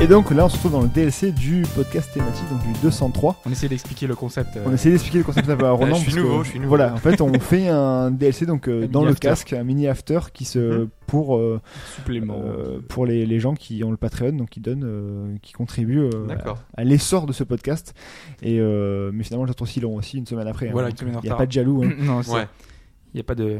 Et donc là, on se retrouve dans le DLC du podcast thématique, donc du 203. On essaie d'expliquer le concept. euh, On essaie d'expliquer le concept un peu à Ronan. je suis parce que- nouveau, je suis nouveau. Voilà, en fait, on fait un DLC donc euh, Un dans mini le after. casque, un mini after qui se Mmh. Mhm. pour euh, supplément. euh, pour les, les gens qui ont le Patreon, donc qui donnent, euh, qui contribuent euh, D'accord. à, à l'essor de ce podcast. Et euh, mais finalement, les autres aussi l'ont aussi une semaine après. Voilà, une donc, semaine en Il n'y a retard. pas de jaloux. hein. non, il Ouais. n'y a pas de.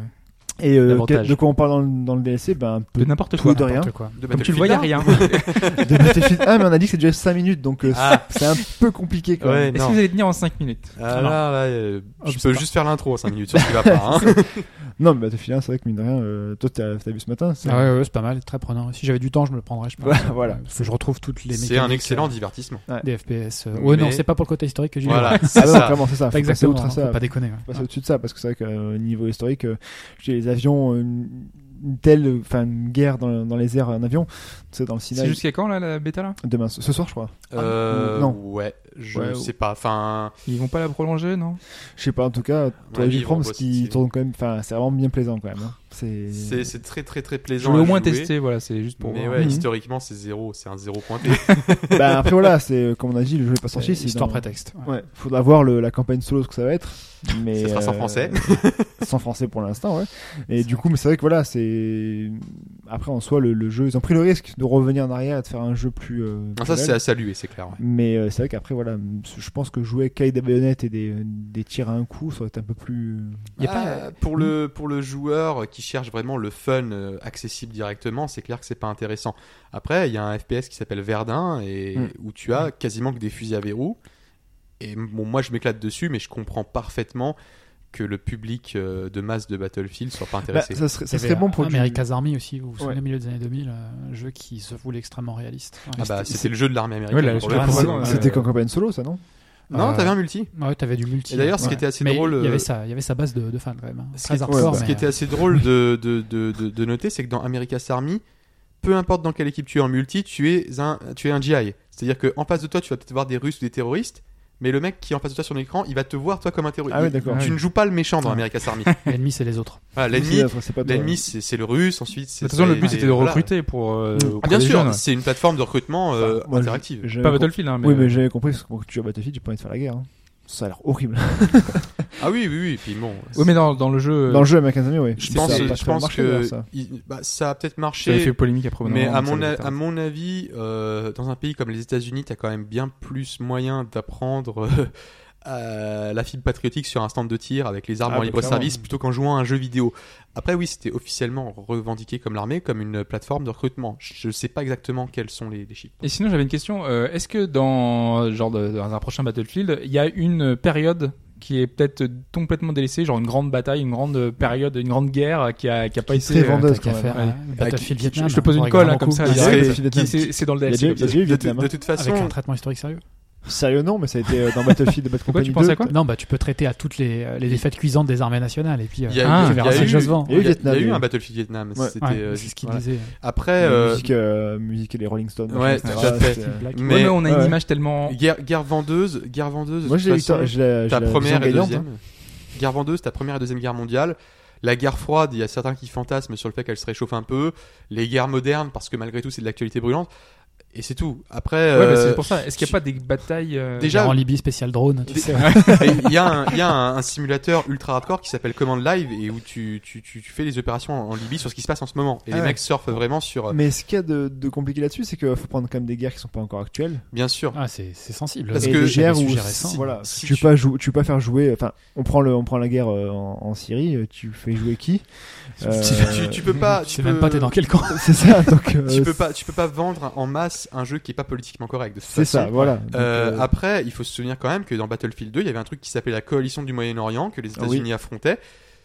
Et euh, Davantage. de quoi on parle dans, le- dans le DLC Ben un peu De n'importe Tout quoi. et de rien. n'importe quoi. De Comme tu le vois, il Battlefield a rien. de Battlefield 1, mais on a dit que c'est déjà 5 minutes, donc euh, Ah. c'est un peu compliqué quand même. Ouais, Est-ce que non. vous allez tenir en 5 minutes Ah là, là, euh, je Obstacle. peux juste faire l'intro en 5 minutes, sur ce qui va pas. hein. Non, mais Battlefield 1, c'est vrai que mine de rien, euh, toi t'as t'as vu ce matin c'est- Ah ouais, ouais, c'est pas mal, très prenant. Si j'avais du temps, je me le prendrais, je pense. Voilà, voilà. Parce que je retrouve toutes les C'est mécaniques, un excellent euh, divertissement. des FPS. euh, Mais- Ouais, non, c'est pas pour le côté historique que j'ai Voilà, Ah c'est non, ça. clairement, c'est ça. Pas Faut passer exactement, outre à hein, ça. faut pas déconner. ouais. passer au-dessus de ça parce que c'est vrai qu'au niveau historique, euh, je dis, les avions, euh, une, une telle, enfin une guerre dans, dans les airs en avion, c'est dans le C'est Sinaï. jusqu'à quand là, la bêta là Demain, ce ce soir, je crois. Euh, Non. Ouais, je Ouais, sais pas. Enfin, Ils vont pas la prolonger, non Je sais pas, en tout cas, toi, Ouais, j'y ils prends vont parce qu'il bosser. tourne quand même. Enfin, c'est vraiment bien plaisant quand même. hein. c'est c'est très très très Je plaisant. voulais à au moins jouer, tester, voilà, c'est juste pour. Mais voir. ouais, Mhm. historiquement, c'est zéro. C'est un zéro pointé. Bah, après, voilà, c'est euh, comme on a dit, le jeu n'est pas C'est sorti. c'est Histoire dans- prétexte. ouais. Ouais, faudra voir le, la campagne solo ce que ça va être. Mais Ça sera sans euh, français. sans français pour l'instant, ouais. Et du coup, mais c'est vrai que voilà, c'est. Après, en soi, le, le jeu, ils ont pris le risque de revenir en arrière et de faire un jeu plus. euh, Non, Ah, ça, plus c'est à saluer, c'est clair. ouais. Mais euh, c'est vrai qu'après, voilà, je pense que jouer avec des baïonnettes et des, des tirs à un coup, ça aurait été un peu plus. Y a pas- euh, Ah, pour, le, pour le joueur qui cherche vraiment le fun euh, accessible directement, c'est clair que c'est pas intéressant. Après, il y a un FPS qui s'appelle Verdun et Mm. où tu as quasiment que des fusils à verrou. Et bon, moi, je m'éclate dessus, mais je comprends parfaitement que le public euh, de masse de Battlefield soit pas Bah, intéressé. ça serait, ça Il y serait avait, bon euh, pour du- America's Army aussi, vous vous souvenez, Ouais. au milieu des années 2000, euh, un jeu qui se voulait extrêmement réaliste. Ouais, ah bah, c'était le jeu de l'armée Ouais, américaine. là, pour je l'ai le coup. compris. C'était- Ouais. C'était qu'en campagne solo, ça, non Non, Euh, t'avais un multi. Ouais, t'avais du multi. Et d'ailleurs, ce ouais. qui était assez Mais drôle. Il y euh, avait ça, il y avait sa base de, de fans quand même. hein. Ce qui Très est- hardcore. ouais, bah. Ce mais, qui était euh, assez drôle de, de, de, de, de noter, c'est que dans America's Army, peu importe dans quelle équipe tu es en multi, tu es un, tu es un GI. C'est-à-dire qu'en face de toi, tu vas peut-être voir des Russes ou des terroristes, mais le mec qui est en face de toi sur l'écran, il va te voir toi comme un terroriste. Ah oui, Il- d'accord. Ah tu oui. ne joues pas le méchant dans America's Army. L'ennemi, c'est les autres. Voilà, C'est- L'ennemi, c'est- c'est pas toi. l'ennemi, c'est c'est le russe. Ensuite, c'est. De toute façon, le c'est- but c'est- c'était de voilà. Ah, recruter pour. euh, Mm. auprès Bien des sûr, jeunes. c'est une plateforme de recrutement euh, Enfin, moi, je- interactive. j'avais Pas compris- Battlefield, hein, mais. Oui, mais j'avais compris, parce que quand tu joues à Battlefield, j'ai pas envie de faire la guerre. hein. Ça a l'air horrible. Ah oui, oui, oui. Et puis bon. Oui, mais dans, dans le jeu, euh, Dans le jeu American Army, oui. Euh, Je Ça pense, a pas je très pense marché, que d'ailleurs, ça. il- bah, ça a peut-être ça avait marché. fait polémique après. Mais non, à ça mon, va a- faire. à mon avis, euh, dans un pays comme les États-Unis, t'as quand même bien plus moyen d'apprendre euh, à la fibre patriotique sur un stand de tir avec les armes Ah, en bah, libre-service clairement. plutôt qu'en jouant à un jeu vidéo. Après, oui, c'était officiellement revendiqué comme l'armée, comme une plateforme de recrutement. Je sais pas exactement quels sont les, les chiffres. Et sinon, j'avais une question. euh, Est-ce que dans, genre, de- dans un prochain Battlefield, il y a une période qui est peut-être complètement délaissée, genre une grande bataille, une grande période, une grande guerre euh, qui a, qui a pas Qui été. serait euh, vendeuse, T'as qu'à quand même. faire, Ouais. euh, qui- Battlefield qui- Vietnam. je te pose une on colle rigole hein, comme beaucoup. ça. Il y a direct. eu c'est- Battlefield Qui- Vietnam. C'est c'est dans le Il y a déjà DLC. eu comme ça. il y a eu De, Vietnam. de hein. toute Avec un façon, traitement historique sérieux. Sérieux, non, mais ça a été euh, dans Battlefield de Bad Pourquoi Company tu 2. penses à quoi Non, bah tu peux traiter à toutes les, les défaites cuisantes des armées nationales et puis euh, il y a, Ah, il y tu a verras si eu, le jeu se vend. il y a- Et Vietnam, il y a eu oui. un Battlefield Vietnam. Ouais. c'était, Ouais, euh, c'est ce qu'il voilà. disait. hein. Après, La euh, musique, euh, musique et les Rolling Stones. Ouais, etc., tout à fait. c'était- Team Black. Ouais, mais mais on a une ouais. image tellement. guerre, guerre vendeuse, guerre vendeuse. de Moi, toute j'ai la façon, victoire- j'ai la j'ai ta la vision première et gagnante, deuxième guerre vendeuse, ta première et deuxième guerre mondiale. La guerre froide, il y a certains qui fantasment sur le fait qu'elle se réchauffe un peu. Les guerres modernes, parce que malgré tout, c'est de l'actualité brûlante. Et c'est tout. Après, Ouais, bah, euh, c'est pour ça. Est-ce qu'il n'y a pas des batailles euh, Déjà, Genre en Libye spécial drone. tu Des- sais. il y a, un, il y a un, un simulateur ultra hardcore qui s'appelle Command Live et où tu, tu, tu, tu fais les opérations en, en Libye sur ce qui se passe en ce moment. Et Ah les ouais. mecs surfent vraiment sur. euh, Mais ce qu'il y a de, de compliqué là-dessus, c'est qu'il faut prendre quand même des guerres qui sont pas encore actuelles. Bien sûr. Ah, c'est c'est sensible. Parce et que des j'ai guerres où sujet si- récent. voilà, Si tu, peux tu- pas jou- tu peux pas faire jouer. Enfin, on prend le, on prend la guerre euh, en, en Syrie. euh, Tu fais jouer qui Euh, Tu, tu, tu peux pas. Je Tu sais peux, même pas t'es dans quel camp. C'est ça. Donc euh, tu peux pas. Tu peux pas vendre en masse un jeu qui est pas politiquement correct. de toute C'est ça. façon. Voilà. Donc, Euh, euh, Après, il faut se souvenir quand même que dans Battlefield 2, il y avait un truc qui s'appelait la coalition du Moyen-Orient que les Ah oui. États-Unis affrontaient.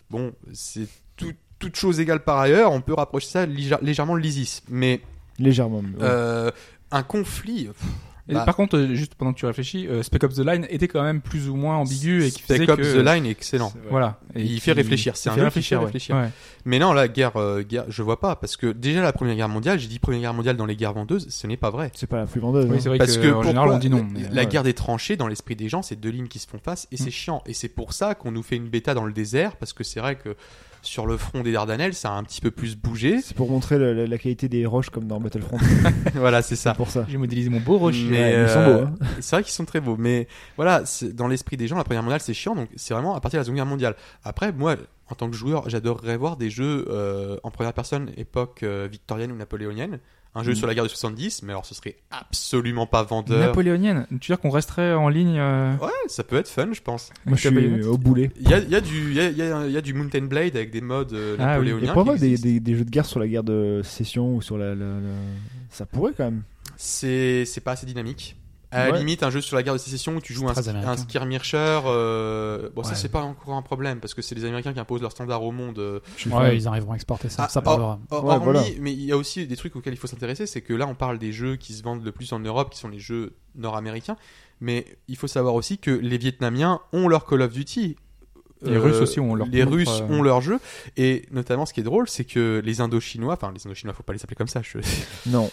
Bon, c'est tout- toute chose égale par ailleurs, on peut rapprocher ça lige- légèrement de l'ISIS. Mais légèrement. mais ouais. euh, un conflit, pff, Et Bah. Par contre, euh, juste pendant que tu réfléchis, euh, Spec Ops The Line était quand même plus ou moins ambigu et qui faisait Spec Ops que- The Line est excellent. C'est vrai. Voilà. Et Il qui- fait réfléchir, c'est il un fait jeu qui réfléchir. fait ouais. réfléchir. Ouais. Mais non, la guerre, euh, guerre, je vois pas, parce que déjà la Première Guerre mondiale, j'ai dit Première Guerre mondiale dans les guerres vendeuses, ce n'est pas vrai. C'est pas la plus vendeuse. Oui, hein. c'est vrai Parce que, en général, pourquoi on dit non. mais- euh, Mm. La guerre des tranchées, dans l'esprit des gens, c'est deux lignes qui se font face et c'est chiant. Et c'est pour ça qu'on nous fait une bêta dans le désert, parce que c'est vrai que Sur le front des Dardanelles, ça a un petit peu plus bougé. C'est pour montrer le- la, la qualité des roches comme dans Battlefront. voilà, c'est ça. C'est pour ça. J'ai modélisé mon beau rocher. Mais, Ouais, ils sont euh, beaux, hein. C'est vrai qu'ils sont très beaux, mais voilà, c'est- dans l'esprit des gens, la Première Guerre mondiale, c'est chiant, donc c'est vraiment à partir de la Seconde Guerre mondiale. Après, moi, en tant que joueur, j'adorerais voir des jeux euh, en première personne, époque euh, victorienne ou napoléonienne. Un jeu Mm. sur la guerre de 70, mais alors ce serait absolument pas vendeur. Napoléonienne. Tu veux dire qu'on resterait en ligne euh, ouais, ça peut être fun, je pense. Moi, je suis Napoléon. au boulet. Il y a, il y a du, il y a- il y a- il y a du Mountain Blade avec des modes euh, Ah oui. Et napoléoniens. pour qui moi, des, existent. des, des jeux de guerre sur la guerre de sécession ou sur la, la- la- Ça pourrait quand même. C'est c'est pas assez dynamique. À la Ouais. limite, un jeu sur la guerre de sécession où tu joues un, très sk- américain. un skirmisher, euh, bon, ça Ouais. c'est pas encore un problème parce que c'est les Américains qui imposent leur standard au monde. euh, Ouais, ils arriveront à exporter ça. Ah, ça oh. parlera. Or- Ouais, hormis- voilà. mais il y a aussi des trucs auxquels il faut s'intéresser, c'est que là on parle des jeux qui se vendent le plus en Europe, qui sont les jeux nord-américains, mais il faut savoir aussi que les Vietnamiens ont leur Call of Duty. euh, Les Russes aussi ont leur Les propre, Russes euh, ont leur jeu, et notamment ce qui est drôle, c'est que les Indochinois, enfin les Indochinois, faut pas les appeler comme ça, je- Non.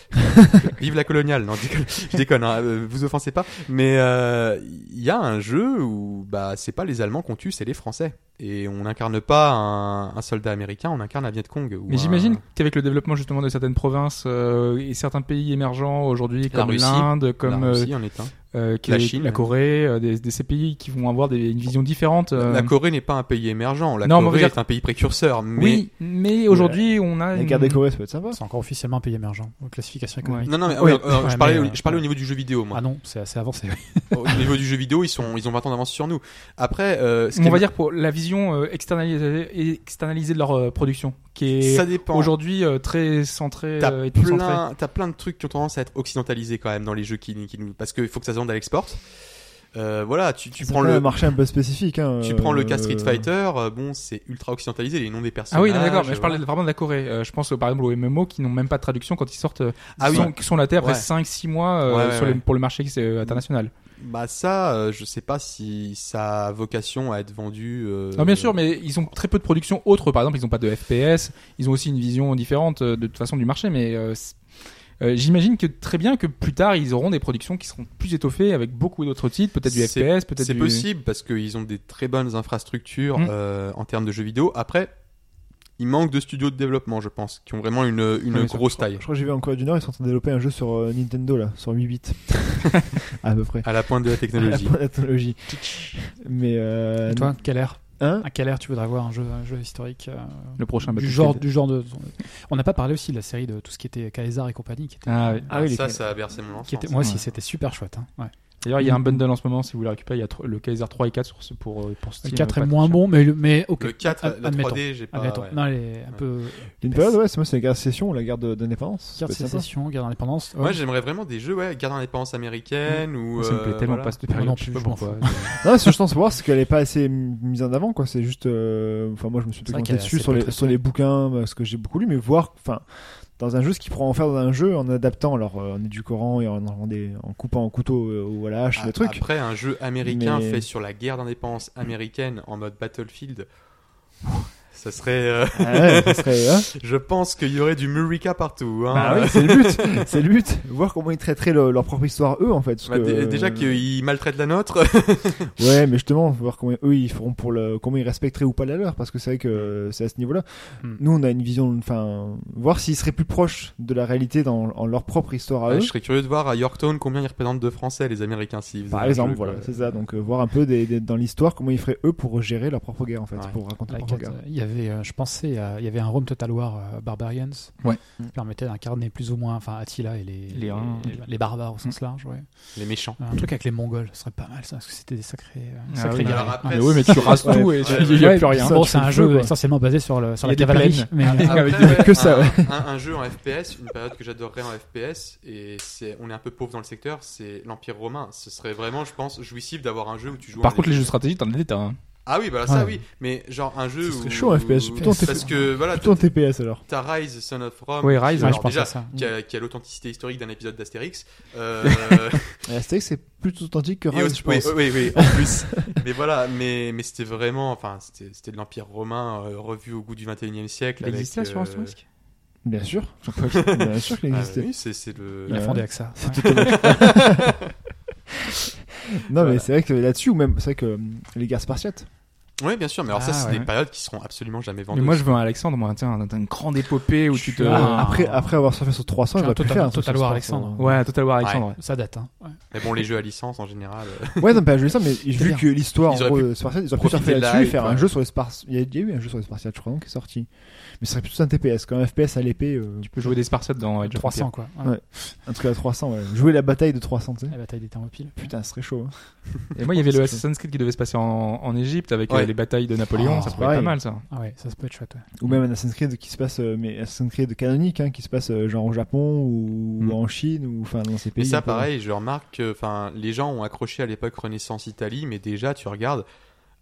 vive la coloniale, non, je déconne, je déconne, hein, euh, vous offensez pas, mais euh, il y a un jeu où bah c'est pas les Allemands qu'on tue, c'est les Français, et on n'incarne pas un, un soldat américain, on incarne un Viet Cong. ou Mais un- j'imagine qu'avec le développement justement de certaines provinces euh, et certains pays émergents aujourd'hui, La comme Russie. l'Inde, comme comme euh, en est un. euh, qui- La Chine. Corée, euh, des, des- ces pays qui vont avoir des, une vision différente. euh, La Corée n'est pas un pays émergent. La Non, mais on Corée veut est un pays précurseur, mais Oui, mais aujourd'hui on La a une- guerre des Corées, ça peut être sympa. C'est encore officiellement un pays émergent. aux classifications économiques. non, non, mais Oui. euh, euh, je Ouais, parlais, mais, je parlais euh, au niveau du jeu vidéo, moi. Ah non, c'est assez avancé. ah, au niveau du jeu vidéo, ils sont, ils ont 20 ans d'avance sur nous. Après, euh, ce qui on va est- dire pour la vision euh, externalisée, externalisée de leur euh, production, qui est ça dépend. aujourd'hui euh, très centrée T'as euh, et tout centrée. plein, t'as plein de trucs qui ont tendance à être occidentalisés quand même dans les jeux qui, qui nous, parce qu'il faut que ça se vende à l'export. Euh, voilà, tu, tu Ça prends fait le, un marché un peu spécifique. hein, tu prends le cas euh, Street Fighter, euh, bon, c'est ultra occidentalisé, les noms des personnages. Ah oui, non, d'accord, mais je euh, parlais vraiment de la Corée. Euh, je pense euh, par exemple aux MMO qui n'ont même pas de traduction quand ils sortent, euh, Ah oui. sont, qui sont la Terre après Ouais. 5-6 mois euh, Ouais, ouais, sur les- ouais. pour le marché euh, international. Bah ça, euh, je sais pas si ça a vocation à être vendu. euh, Non, Ah, bien sûr, mais ils ont très peu de production autre. Par exemple, ils n'ont pas de FPS. Ils ont aussi une vision différente euh, de toute façon du marché. Mais euh, c'est- euh, j'imagine que très bien que plus tard, ils auront des productions qui seront plus étoffées avec beaucoup d'autres titres, peut-être du C'est- FPS, peut-être C'est du. possible parce qu'ils ont des très bonnes infrastructures Mm. euh, en termes de jeux vidéo. Après, il manque de studios de développement, je pense, qui ont vraiment une, une Ouais, mais ça- grosse Je taille. crois que j'ai vu en Corée du Nord, ils sont en train de développer un jeu sur euh, Nintendo, là, sur 8 bits. à peu près. À la pointe de la technologie. La technologie. Mais. Euh, Et toi, de quelle ère hein À quelle ère tu voudrais voir un jeu, un jeu historique euh, Le prochain du Battlefield. genre, du genre de. On n'a pas parlé aussi de la série de tout ce qui était Kaiser et compagnie, qui était. Ah oui. Ah oui, les- ça, ça a bercé mon enfance. qui était- moi aussi, Ouais. c'était super chouette. Hein. Ouais. D'ailleurs, il y a un bundle en ce moment. Si vous voulez récupérer, il y a tro- le Kaiser 3 et 4 sur ce pour, euh, pour Le Steam. 4 euh, est pas moins très bon, mais, le- mais ok. Le 4, Ad- la admettons. 3D, j'ai pas. Admettons. ouais. Non, elle est un peu. Une période, ouais, c'est moi, c'est la guerre de sécession ou la guerre de- d'indépendance. Guerre de ça peut être sympa. sécession, guerre d'indépendance. Moi, j'aimerais vraiment des jeux, ouais, Guerre d'indépendance américaine ou. Ça me euh, plaît tellement voilà. pas cette période. Ah non je sais pas plus, je m'en pourquoi. Non, ce que je pense voir, c'est qu'elle est pas assez m- mise en avant, quoi. C'est juste, euh, enfin, moi, je me suis C'est vrai documenté qu'elle est dessus assez sur peu les, traitée. sur les bouquins, parce que j'ai beaucoup lu, mais voir, enfin, dans un jeu, ce qu'ils pourront en faire dans un jeu, en adaptant, alors, euh, en éducorant et en, en, des- en coupant en couteau euh, ou à la hache, Ah, A- le truc. Après, un jeu américain Mais- fait sur la guerre d'indépendance américaine en mode Battlefield. Ça serait. euh, Ah ouais, ça serait, hein. je pense qu'il y aurait du Murica partout. Hein. Ah, Bah oui, c'est le but, c'est le but. Voir comment ils traiteraient le- leur propre histoire eux en fait. parce Bah, que, dé- euh, Déjà qu'ils maltraitent la nôtre. Ouais, mais justement, voir comment eux ils feront pour le, comment ils respecteraient ou pas la leur, parce que c'est vrai que euh, c'est à ce niveau-là. Hmm. Nous, on a une vision, enfin, voir s'ils seraient plus proches de la réalité dans en leur propre histoire à Ouais, eux. Euh, je serais curieux de voir à Yorktown combien ils représentent de Français, les Américains, s'ils faisaient Par un exemple, jeu, voilà, quoi. c'est ça. Donc euh, voir un peu des, des- dans l'histoire comment ils feraient eux pour gérer leur propre guerre en fait, Ouais. pour raconter La leur propre quête, guerre. euh, il y avait, euh, je pensais, à- il y avait un Rome Total War euh, Barbarians Ouais. qui permettait d'incarner plus ou moins, enfin Attila et les, Les Huns. les, les barbares au sens large. Ouais. Les méchants. Un truc avec les Mongols, ce serait pas mal ça, parce que c'était des sacrés, euh, Ah sacrés oui, guerriers. alors après, Ouais. Mais oui, mais tu rases tout et Ouais, il n'y a Ouais, plus rien. ça, Bon, tu c'est fais un le jeu feu, quoi. essentiellement basé sur, le, Il y sur la a des cavalerie. plaines. Mais, euh, Avec Après, que ça, un, ouais. un- un jeu en FPS, une période que j'adorerais en FPS, et c'est, on est un peu pauvre dans le secteur, c'est l'Empire romain. Ce serait vraiment, je pense, jouissif d'avoir un jeu où tu joues. Par un contre, les des- jeux stratégiques, t'en as des tas. hein. Ah oui, voilà, ça Ouais. oui, mais genre un jeu. Ce serait où- chaud, un FPS, plutôt en Parce TP. que voilà, Plutôt en TPS alors. t'as Rise, Son of Rome. Oui, Rise, qui- ouais, alors je pense déjà, à ça. Qui a, qui a l'authenticité historique d'un épisode d'Astérix. Euh, Et Astérix, c'est plus authentique que Et Rise, aussi- je oui, pense. oui, oui, en plus. mais voilà, mais, mais c'était vraiment, enfin, c'était c'était de l'Empire romain euh, revu au goût du 21 e siècle. Il avec, existait Assurance euh, Risque Bien sûr, bien sûr qu'il ah, existait. oui, c'est c'est le. Il a Ouais. fondé avec ça. Ouais. Non, mais c'est vrai que là-dessus, ou même, c'est vrai que euh, les guerres spartiates. Oui, bien sûr, mais alors ça, Ah, c'est ouais. des périodes qui seront absolument jamais vendues. Mais moi, je veux un Alexandre, moi, tiens, un- une grande épopée où tu te. Ah. après, après avoir surfé sur 300, il Tu as va plus total- faire. un Total truc War sur 300. Alexandre. Ouais, Total War Alexandre. ouais. Ça date, hein. Ouais. Mais bon, les jeux à licence en général. euh, Ouais, non, pas juste ça, mais vu bien. que l'histoire, en Ils auraient gros, pu de Spartiate, ils auraient pu profiter surfer de la là-dessus et hype, faire un ouais. jeu sur les Spartiates. Il y a il y a eu un jeu sur les Spartiates, je crois, donc, qui est sorti. Mais ce serait plutôt un TPS, quand un FPS à l'épée, euh, Tu peux jouer des Spartiates dans Age of 300, quoi. Ouais. Ouais. un truc à 300, ouais. Jouer la bataille de 300, tu sais. La bataille des thermopyles. Putain, ce serait chaud. hein. Empires. Et moi, il y avait le Ouais. Assassin's Creed qui devait se passer en, en Égypte avec euh, Ouais. les batailles de Napoléon. Ah, ça c'est pourrait être pas pareil. mal, ça. Ah ouais, ça, ça peut être chouette, ouais. Ou même un Assassin's Creed qui se passe, euh, mais Assassin's Creed canonique, hein, qui se passe euh, genre au Japon ou Mm. en Chine ou enfin dans ces Mais pays. un ça, peu. pareil, je remarque que enfin, les gens ont accroché à l'époque Renaissance Italie, mais déjà, tu regardes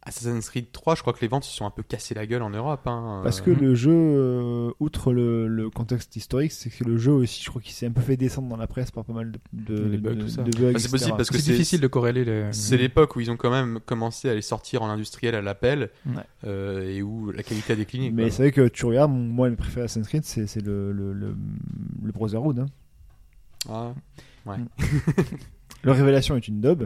Assassin's Creed 3, je crois que les ventes se sont un peu cassées la gueule en Europe. hein. Parce Euh, que le jeu, euh, outre le, le contexte historique, c'est que le jeu aussi, je crois qu'il s'est un peu fait descendre dans la presse par pas mal de, de, Les bugs, de- tout ça. de bugs, Bah, c'est possible etc. parce que C'est c'est- difficile de corréler les. C'est l'époque où ils ont quand même commencé à les sortir en industriel à l'appel Ouais. euh, et où la qualité a décliné. Mais quoi. c'est vrai que tu regardes, mon- moi, mes préférés Assassin's Creed, c'est c'est le, le, le, le Brotherhood. hein. Ah. Le Révélation est une dub,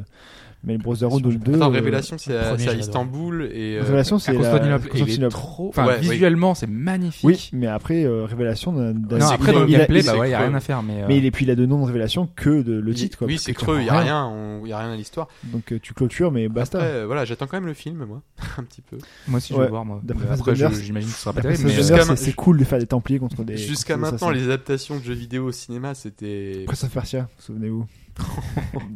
mais le Brotherhood Révélation, 2. Attends, euh, Révélation, c'est à, premier, c'est à j'adore. Istanbul et. euh, Révélation, c'est à la- Constantinople. Et il est Constantinople. trop- enfin, Ouais, oui. visuellement, c'est magnifique. Oui, mais après, euh, Révélation d'un. d'un- Non, c'est après, dans le il a- gameplay, il- bah ouais, y a c'est rien à faire, mais. euh, Mais il est, puis il a de nom de révélation que de le il- titre. Quoi, oui, parce c'est que tu creux, il y a comprends rien, on- y a rien à l'histoire. Donc euh, tu clôtures, mais basta. Après, euh, voilà, j'attends quand même le film, moi, un petit peu. Moi aussi, je Ouais. vais le voir, moi. D'après Mais Fast Après, je- Benders- j'imagine que ce sera pas Après, terrible, mais. Sasha euh, jusqu'à Miller, c'est- ma- c'est cool de faire des Templiers contre des. Jusqu'à contre des maintenant, assassins. les adaptations de jeux vidéo au cinéma, c'était. Prince of Persia, souvenez-vous.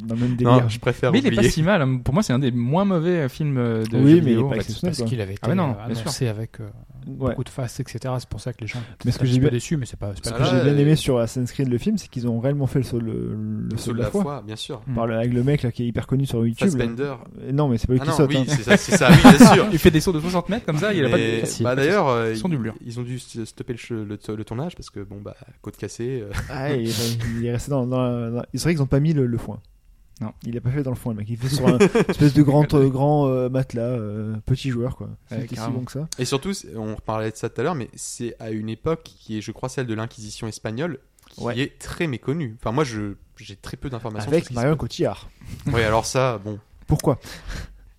Dans le même délire. Non, je préfère Mais il est oublier. pas si mal. hein. Pour moi, c'est un des moins mauvais euh, films euh, Oui, de. jeux mais il est pas vidéo, en fait. exceptionnel. Parce quoi. qu'il avait été Ah ouais, non, euh, bien sûr. annoncé avec euh, Ouais. beaucoup de faces, etc. C'est pour ça que les gens Mais ce que étaient un j'ai petit peu bien, déçus, mais c'est pas, c'est ce pas que Ah, grave. j'ai bien euh, aimé sur Assassin's Creed, le film, c'est qu'ils ont réellement fait le saut, le, le Le saut de la foi. foi, bien sûr. Par le, avec le mec là qui est hyper connu sur YouTube. là. Fassbender. Euh, Non, mais c'est pas lui Ah qui non, saute. oui, hein. c'est ça, c'est ça, oui, bien sûr. Il fait des sauts de 60 mètres comme ça, il a pas de. Mais- Facile. bah, d'ailleurs, euh, Sans doublure. ils ont dû st- stopper le, che- le to- le tournage parce que bon bah côte cassée. euh, Ah, il, est- il est resté dans. dans, la- dans- C'est vrai qu'ils ont pas mis le, le foin. Non. Il a pas fait dans le foin, le mec. Il fait sur un espèce de grand, euh, grand euh, matelas, euh, petit joueur quoi. Ouais, C'était si carrément. bon que ça. Et surtout, c'est- on parlait de ça tout à l'heure, mais c'est à une époque qui est, je crois, celle de l'inquisition espagnole, qui Ouais. est très méconnue. Enfin, moi, je j'ai très peu d'informations. sur ce Avec qui Bah, se Marion Cotillard. passe. Ouais, alors ça, bon, Pourquoi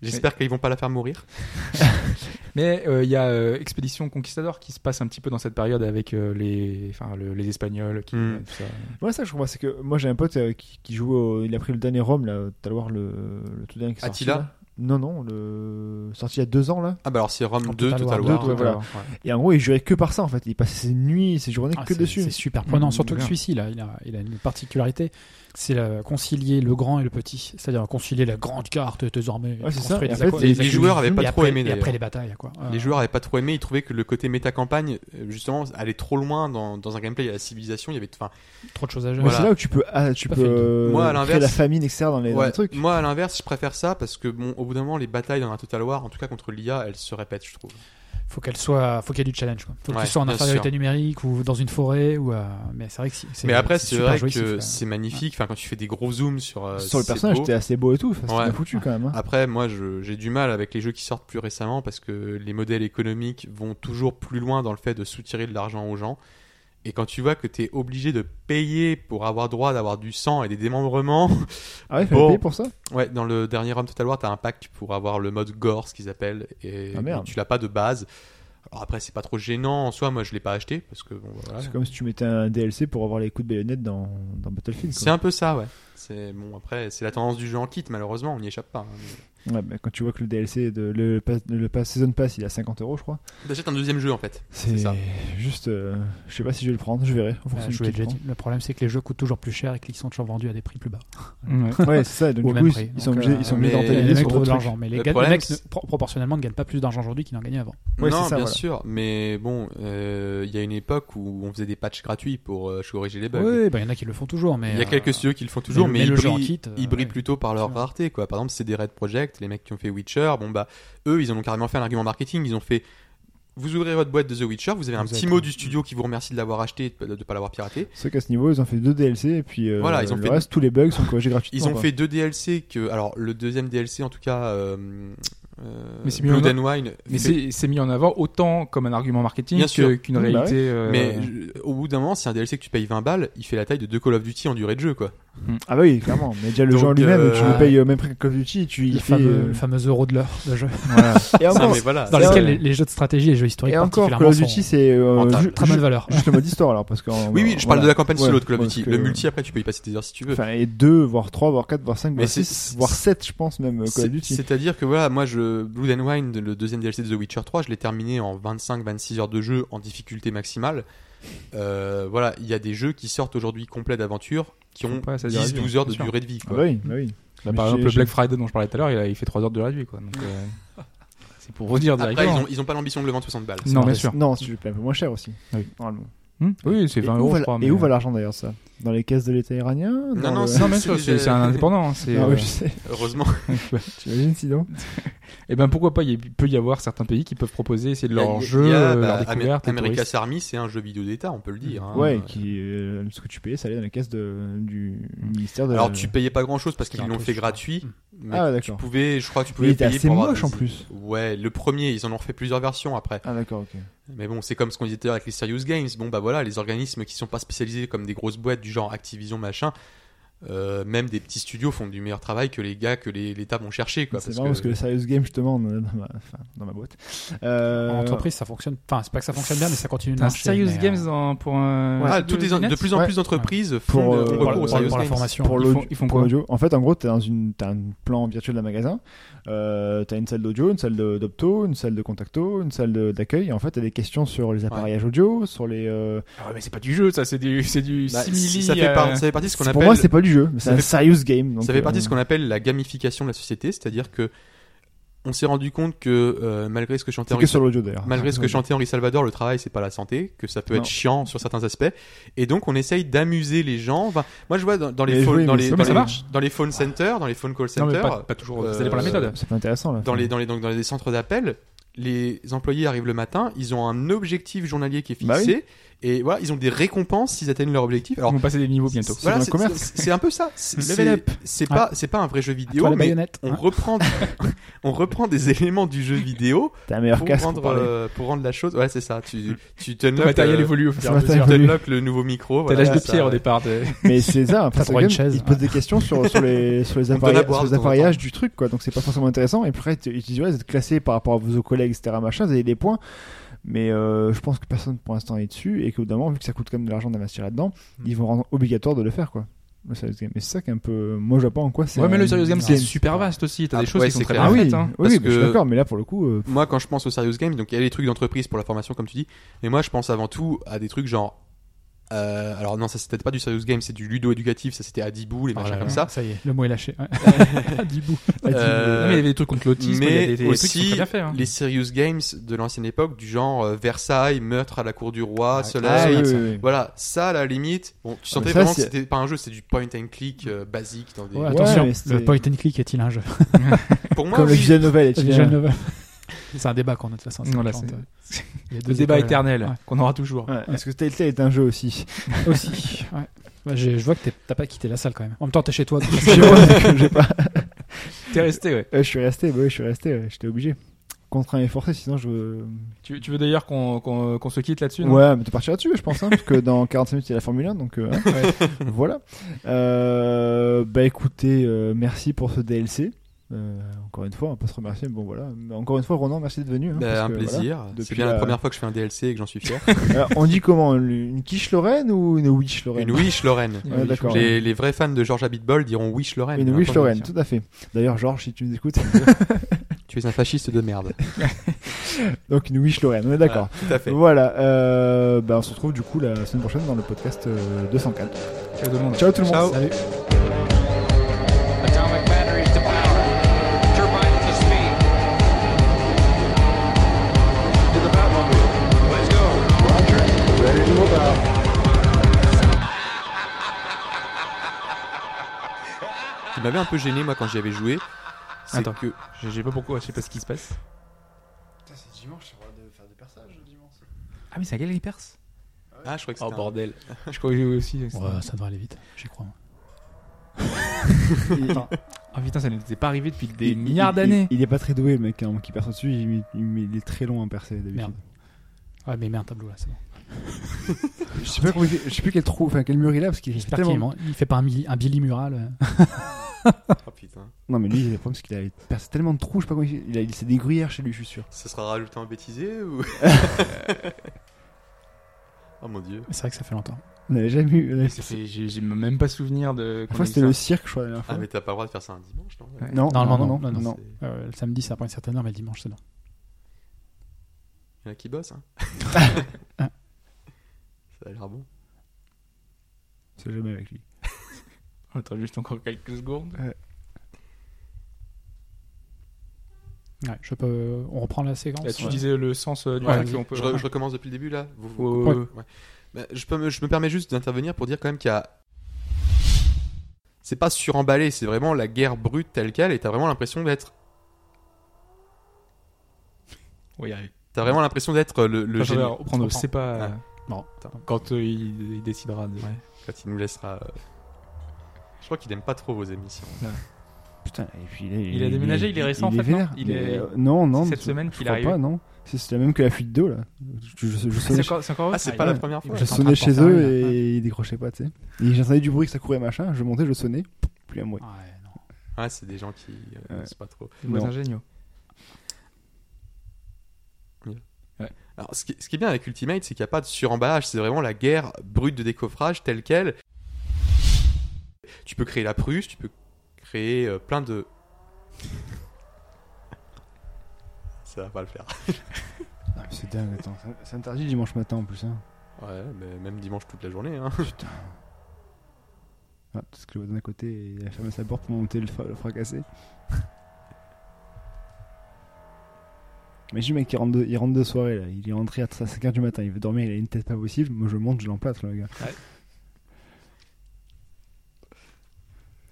j'espère qu'ils vont pas la faire mourir. Mais euh, il y a euh, Expédition Conquistador qui se passe un petit peu dans cette période avec euh, les, enfin, le- les Espagnols. Qui, Hmm. tout ça. Ouais, ça, je comprends. C'est que moi, j'ai un pote euh, qui, qui jouait au- Il a pris le dernier Rome, là, tout à l'heure, le, le tout dernier qui est sorti, Attila là. Non, non, le. sorti il y a deux ans, là. Ah bah alors c'est Rome En 2 Total Total War War. Bah, deux, ouais, voilà. Et en gros, il jurait que par ça, en fait. Il passait ses nuits, ses journées Ah, que c'est- dessus. C'est super prenant, Mmh, surtout que bien. celui-ci, là, il a, il a une particularité, c'est euh, concilier le grand et le petit. C'est-à-dire concilier la grande carte désormais. Ouais, c'est ça. construire Et des en fait, aqua- Les, des les aqua- joueurs avaient pas et trop après- aimé Et après d'ailleurs. les batailles, quoi. Euh, Les joueurs avaient pas trop aimé, ils trouvaient que le côté méta-campagne, euh, justement, allait trop loin dans, dans un gameplay à la civilisation. Il y avait, enfin, Trop de choses à jouer. Mais Voilà. c'est là où tu peux, ah, tu Pas peux fait le deux. euh, Moi, à créer l'inverse- la famine, etc. dans les, dans Ouais, Bah, les trucs. Moi, à l'inverse, je préfère ça parce que, bon, au bout d'un moment, les batailles dans un Total War, en tout cas contre l'IA, elles se répètent, je trouve. Faut qu'elle soit, faut qu'il y ait du challenge, quoi. Faut que Ouais, tu sois en bien infériorité numérique ou dans une forêt ou, euh, mais c'est vrai que c'est- Mais après, c'est super vrai jouissif, que là. c'est magnifique. Enfin, quand tu fais des gros zooms sur, euh, Sur le c'est personnage, beau. c'était assez beau et tout. Enfin, C'était Ouais. Ah. bien foutu, quand même. hein. Après, moi, je- j'ai du mal avec les jeux qui sortent plus récemment parce que les modèles économiques vont toujours plus loin dans le fait de soutirer de l'argent aux gens. Et quand tu vois que t'es obligé de payer pour avoir droit d'avoir du sang et des démembrements, Ah ouais, fallait Bon. payer pour ça ouais, dans le dernier Rome Total War, t'as un pack pour avoir le mode gore, ce qu'ils appellent, et Ah, merde. tu l'as pas de base. Alors après, c'est pas trop gênant en soi. Moi, je l'ai pas acheté parce que bon, bah, voilà. C'est comme si tu mettais un DLC pour avoir les coups de baïonnette dans, dans Battlefield. C'est Quoi. un peu ça, ouais. C'est bon après, c'est la tendance du jeu en kit. Malheureusement, on n'y échappe pas. hein. Ouais, bah, quand tu vois que le DLC, de, le, pass, le pass- Season Pass, il est à 50 euros, je crois. T'achètes un deuxième jeu en fait. C'est ça. juste. euh, je sais pas si je vais le prendre, je verrai. en Euh, Ah, fonction je de vous l'ai qui le déjà dit. Le problème, c'est que les jeux coûtent toujours plus cher et qu'ils sont toujours vendus à des prix plus bas. Ouais, c'est ça. et Au Donc, du même coup, prix. ils, ils sont Donc, obligés, euh, ils sont obligés mais- Et d'entendre les sur gros d'autres de trucs. l'argent, mais les, Le gars, les problème, mecs c'est- ne- pro- proportionnellement ne gagnent pas plus d'argent aujourd'hui qu'ils n'en gagnaient avant. Ouais, non, c'est ça, bien voilà. sûr, mais bon, euh, il y a une époque où on faisait des patchs gratuits pour euh, corriger les Oui, bugs. bah, il y en a qui le font toujours, mais il y a euh, quelques studios qui le font toujours, mais mais, le ils, jeu en brillent, kit, euh, ils brillent ouais. plutôt par leur Ouais. rareté. Quoi. Par exemple, c'est des Red Project, les mecs qui ont fait Witcher, bon bah, eux, ils en ont carrément fait un argument marketing. Ils ont fait Vous ouvrez votre boîte de The Witcher, vous avez un Vous petit avez- mot du studio qui vous remercie de l'avoir acheté et de ne pas l'avoir piraté. C'est qu'à ce niveau, ils ont fait deux DLC et puis euh, Voilà, ils ont le fait- reste, tous les bugs sont corrigés gratuitement. Ils ont quoi. fait deux DLC que. Alors, le deuxième DLC, en tout cas, euh, euh, Mais c'est mieux Blood en- and Wine. Mais c'est fait- c'est mis en avant autant comme un argument marketing Bien que- sûr. Hmm, qu'une Bah réalité. euh, Mais je- au bout d'un moment, si un DLC que tu payes 20 balles, il fait la taille de deux Call of Duty en durée de jeu, quoi. Ah bah oui, clairement. Mais déjà le Donc, jeu en lui-même, euh, tu le ouais. payes au même prix que Call of Duty, tu y Le fais. fameux, euh, le fameux euro de l'heure de jeu, voilà. Et Non, encore, mais voilà. dans c'est- lesquels les, les jeux de stratégie et les jeux historiques et encore Call particulièrement of sont Duty, c'est euh, rentable. ju- très bonne ju- valeur. juste le mode histoire alors parce que en- Oui, oui, je parle voilà. de la campagne Ouais, solo de Call of parce Duty. que- Le multi, après, tu peux y passer des heures si tu veux. Enfin, et 2, voire 3, voire 4, voire 5, Mais voire c'est- 6, voire 7, je pense même, euh, Call C'est- of Duty. C'est-à-dire que voilà, moi, je, Blood and Wine, le deuxième DLC de The Witcher 3, je l'ai terminé en 25-26 heures de jeu en difficulté maximale. Euh, voilà, il y a des jeux qui sortent aujourd'hui complets d'aventure qui ont pas assez de durée de vie, 10-12 heures de bien sûr. durée de vie. Ah Quoi. bah oui, bah oui. Là, Mais par j'ai- exemple, le j'ai- Black Friday dont je parlais tout à l'heure, il, a- il fait 3 heures de réduit, quoi. Donc, euh, c'est pour redire Après, ils directement. ont, ils ont pas l'ambition de le vendre 60 balles. Non, bien mais- sûr. Non, c'est un peu moins cher aussi. Ah oui. normalement. Hmm oui, c'est Et 20 où euros, va- je crois. Et mais- euh, où va l'argent d'ailleurs, ça Dans les caisses de l'État iranien Dans non, le- c'est- Non, bien sûr, c'est C'est- c'est un indépendant. hein, Ah c'est, ouais, euh, je sais. Heureusement. T'imagines sinon Et ben pourquoi pas, il y- peut y avoir certains pays qui peuvent proposer essayer de Il y a- leur il y a- jeu, il y a, euh, bah, leur Amer- découverte, les America's touristes. Army, c'est un jeu vidéo d'État, on peut le dire. hein. Ouais, qui, euh, ce que tu payais, ça allait dans les caisses de, du ministère de Alors, tu payais pas grand chose parce C'est qu'ils un l'ont peu Hmm. fait sûr. gratuit. Mais Ah, tu d'accord. pouvais, je crois que tu Mais il pouvais était payer assez pour avoir moche des- en plus. Ouais, le premier, ils en ont refait plusieurs versions après. Ah, d'accord, ok. Mais bon, c'est comme ce qu'on disait tout à l'heure avec les Serious Games. Bon, bah voilà, les organismes qui sont pas spécialisés comme des grosses boîtes du genre Activision, machin, euh, même des petits studios font du meilleur travail que les gars que les- l'État vont chercher, quoi. C'est marrant parce que le Serious Game, justement, on en a dans ma, enfin, dans ma boîte. Euh, En entreprise, ça fonctionne. Enfin, c'est pas que ça fonctionne bien, mais ça continue de Un marcher. Serious mais, euh, Games en- pour un. Ah, jeu toutes les- business de plus en Ouais. plus d'entreprises Pour, font euh, de- pour recours la- aux pour, Serious pour la Games. formation. pour Ils l'audio- font- ils font pour quoi l'audio. En fait, en gros, t'as dans une, t'as un plan virtuel d'un magasin. Euh, t'as une salle d'audio, une salle de- d'opto, une salle de contacto, une salle de- d'accueil. Et en fait, t'as des questions sur les appareillages audio, sur les. euh, Ah ouais, mais c'est pas du jeu, ça, c'est du, c'est du Bah, simili. ça, fait par- euh, ça fait partie de ce qu'on c'est- appelle. Pour moi, c'est pas du jeu, mais c'est ça un fait- serious game. donc, ça fait partie de ce euh, qu'on appelle la gamification de la société, c'est-à-dire que on s'est rendu compte que euh, malgré ce que chantait C'est Henri, que sur l'audio d'ailleurs. malgré ce que chantait Henri Salvador, le travail c'est pas la santé, que ça peut Non. être chiant sur certains aspects, et donc on essaye d'amuser les gens. Enfin, moi je vois dans, dans les Mais phone- oui, dans mais les ça- dans mais les- ça marche. dans les phone centers, dans les phone call Non, mais centers, pas, pas toujours. euh, ça dépend de la méthode. C'est intéressant là. dans les dans les donc dans les centres d'appel. Les employés arrivent le matin, ils ont un objectif journalier qui est fixé, Bah oui. et voilà, ils ont des récompenses s'ils atteignent leur objectif. Ils Alors vont passer des niveaux bientôt. C'est voilà, dans le c'est- commerce. Ah. c'est c'est un peu ça. C'est Level c'est- up. c'est pas c'est pas un vrai jeu À toi, vidéo, la mais baïonnette. on hein. reprend, on reprend des éléments du jeu vidéo T'as un meilleur pour casque rendre, pour parler. euh, pour rendre la chose. Ouais, c'est ça. Tu, tu Le t'unlocks Mm. matériel euh, évolue au fur et à ça mesure. m'intéresse. tu évolue. unlocks le nouveau micro. T'as voilà, l'âge de ça- pierre au départ. de- euh, Mais c'est ça, après T'as ce droit à game, une chaise. il pose des questions sur, sur les, sur les, On te donne appareillages- à boire sur les de temps en appareillages du truc, quoi. Donc c'est pas forcément intéressant. Et puis après, tu tu dis, ouais, vous êtes classé par rapport à vos collègues, etc. Machin, vous avez des points. Mais euh, je pense que personne pour l'instant est dessus. Et qu'au bout d'un moment, vu que ça coûte quand même de l'argent d'investir là-dedans, Mm. ils vont rendre obligatoire de le faire, quoi. Le serious game. Mais c'est ça qui est un peu. Moi, je vois pas en quoi c'est. Ouais, mais un le serious game, c'est game. super vaste aussi. T'as Ah, des choses ouais, qui sont c'est très clair. Ah bien oui, faites. hein. oui, Parce bah, je suis que- d'accord. Mais là, pour le coup. euh, Moi, quand je pense aux serious games, donc il y a les trucs d'entreprise pour la formation, comme tu dis. Mais moi, je pense avant tout à des trucs genre. euh, alors non, ça c'était pas du serious game, c'est du ludo éducatif. Ça c'était Adibou, Oh, les Ah là machins là, comme ça. Ça y est, le mot est lâché. ouais. Dibou. Euh, Non, mais il y avait des trucs contre l'autisme, il y a mais des, des trucs qui sont aussi très bien faits. hein. les serious games de l'ancienne époque, du genre euh, Versailles, meurtre à la cour du roi, Ah, Ah, soleil, oui, ouais, oui, ça. oui. Voilà, ça à la limite, bon, tu sentais mais ça, vraiment que c'est- c'était pas un jeu, c'était du point and click euh, basique. Dans des... Ouais, Ouais, attention, mais c'est- le point and click est-il un jeu Pour moi, Comme le oui, visual novel. et tu dis, Visual novel. C'est un débat qu'on a de toute façon. c'est Voilà, différent, c'est- euh. Il y a deux Le débat écoles, là. éternel qu'on aura toujours. Ouais, Est-ce que Telltale est un jeu aussi Ouais, aussi. Ouais. Bah, j'ai- je vois que t'es- t'as pas quitté la salle quand même. En même temps, t'es chez toi. donc- Chez moi, donc, j'ai pas- T'es resté, ouais. Euh, je suis resté, bah oui, je suis resté, ouais, j'étais obligé. Contraint et forcé, sinon je. Tu, tu veux d'ailleurs qu'on qu'on- qu'on se quitte là-dessus non Ouais, mais t'es parti là-dessus, je pense, hein, parce que dans 45 minutes, il y a la Formule 1, donc euh, hein, voilà. Euh, bah écoutez, euh, merci pour ce DLC. Euh, encore une fois, on peut se remercier, mais bon voilà. Mais encore une fois, Ronan, merci d'être venu. hein, bah, parce un que, plaisir. Depuis C'est bien la... la- première fois que je fais un DLC et que j'en suis fier. voilà. Euh, on dit comment Une- Une quiche Lorraine ou une wish Lorraine Une Wish Lorraine. Ouais, d'accord. Les, les vrais fans de George Abitbol diront Wish Lorraine. Hein, Une mais wish attends, Lorraine, tout à fait. D'ailleurs, Georges, si tu nous écoutes, Tu es un fasciste de merde. donc une wish Lorraine, on est d'accord. Tout à fait. Voilà, euh, bah, on se retrouve du coup la semaine prochaine dans le podcast euh, 204. Ciao tout le monde. Ciao tout le monde. Ciao. Salut. Atomic batteries to power. Turbines to speed. To the Batmobile. Let's go. Roger. Ready to move out. Ce qui m'avait un peu gêné, moi, quand j'y avais joué, c'est Attends. que. Je je sais pas pourquoi, je sais pas ce qui se passe. C'est dimanche, c'est le droit de faire des perçages dimanche. Ah, mais c'est un gars qui perce. Ah, je crois que c'était. Oh un- bordel. Je crois que j'ai aussi. c'est- Ouais, ça devrait aller vite, j'y crois. Ah putain, ça n'était pas arrivé depuis des Il- il- milliards il- d'années. Il, est pas très doué, le mec, hein, qui perce dessus. Il, il- il est très long à percer d'habitude. Merde. Ouais, mais mets un tableau là, c'est bon. Je sais pas, comment il fait- je sais plus quel trou, enfin quel mur il a parce qu'il est J'espère qu'il tellement. man- il fait pas un, mili- un Billy Mural. euh. Oh putain, Non mais lui, le problème c'est qu'il a percé tellement de trous, je sais pas comment il fait. Il, a- il s'est des gruyères chez lui, je suis sûr. ça sera rajouté en bêtisé ou. oh mon dieu. C'est vrai que ça fait longtemps. On n'avait jamais eu. on avait- Ça fait- J'ai j'ai même pas souvenir de. La qu'on fois ait c'était eu le ça. cirque, je crois. La dernière fois. Ah, mais t'as pas le droit de faire ça un dimanche, non Ouais. Non, Normalement, non, non, non, non, C'est- non. Euh, le samedi, ça prend une certaine heure, mais le dimanche, c'est bon. Il y en a qui bossent, hein. ça a l'air bon. C'est jamais avec lui. Attends juste encore quelques secondes. Ouais, je peux... On reprend la séquence. Là, tu ouais. disais le sens euh, du Ouais, truc, vas-y. on peut- Je, re- je recommence depuis le début là. Vous, vous- Ouais, ouais, ouais. Bah, je, peux me, je me permets juste d'intervenir pour dire quand même qu'il y a. C'est pas suremballé, c'est vraiment la guerre brute telle quelle et t'as vraiment l'impression d'être. On va y arriver. T'as vraiment l'impression d'être euh, le, le Enfin, je vais génie reprendre, Je c'est pas. euh, Ouais. Non. Quand euh, il, il décidera de. quand il nous laissera. euh, Je crois qu'il aime pas trop vos émissions. Putain, et puis il, est, Il a déménagé, il est récent, en fait, non vénère. Il est- Mais, euh, non, non. c'est cette je- semaine je qu'il crois arrive. pas, non. C'est- C'est la même que la fuite d'eau là. Je, je, je C'est sonnais, encore, c'est encore eux Ah, c'est Ah, pas ouais. la première fois. je sonnais chez eux et ils décrochaient pas, tu sais. Et J'entendais du bruit que ça courait machin. Je montais, je sonnais. Plus un bruit. Ouais, non. Ah, c'est des gens qui. euh, Ouais. C'est pas trop. Les voisins Non. géniaux. Alors, ce qui, ce qui est bien avec Ultimate, c'est qu'il n'y a pas de suremballage, c'est vraiment la guerre brute de décoffrage telle qu'elle. Tu peux créer la Prusse, tu peux créer euh, plein de. Ça va pas le faire. Ah, mais c'est dingue, attends. ça- C'est interdit le dimanche matin en plus. Hein. Ouais, mais même dimanche toute la journée. Hein. Putain. Ah, parce que le voisin à côté, il a fermé sa porte pour monter le, fra- le fracasser. Imagine le mec qui rentre de, il rentre de soirée là, il est rentré à 5h du matin, il veut dormir, il a une tête pas possible, moi je monte, je l'emplâtre le gars.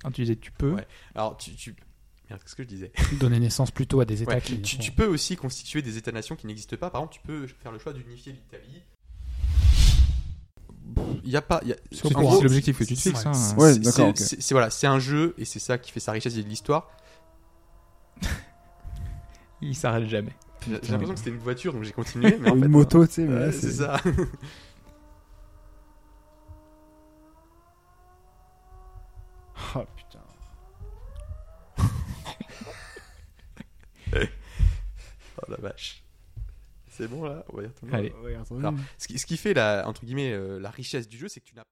Ah, tu disais, tu peux. Ouais. Alors, tu. tu... Merde, qu'est-ce que je disais Donner naissance plutôt à des États Ouais, qui. tu, tu peux aussi constituer des États-nations qui n'existent pas. Par exemple, tu peux faire le choix d'unifier l'Italie. Il n'y a pas. il y a- C'est en pour- gros, c'est l'objectif que tu te c'est- fixes. hein. c'est- Ouais, c'est- d'accord, c'est- ok. c'est- c'est- voilà, c'est un jeu et c'est ça qui fait sa richesse et de l'histoire. Il s'arrête jamais. J'ai j'ai l'impression que c'était une voiture donc j'ai continué. Mais en Une fait, moto, tu sais, mais euh, là, c'est c'est ça. Ah putain. Oh la vache. C'est bon là, on va y retourner. Allez. Ouais, attendez. Alors, Ce qui, ce qui fait la entre guillemets euh, la richesse du jeu, c'est que tu n'as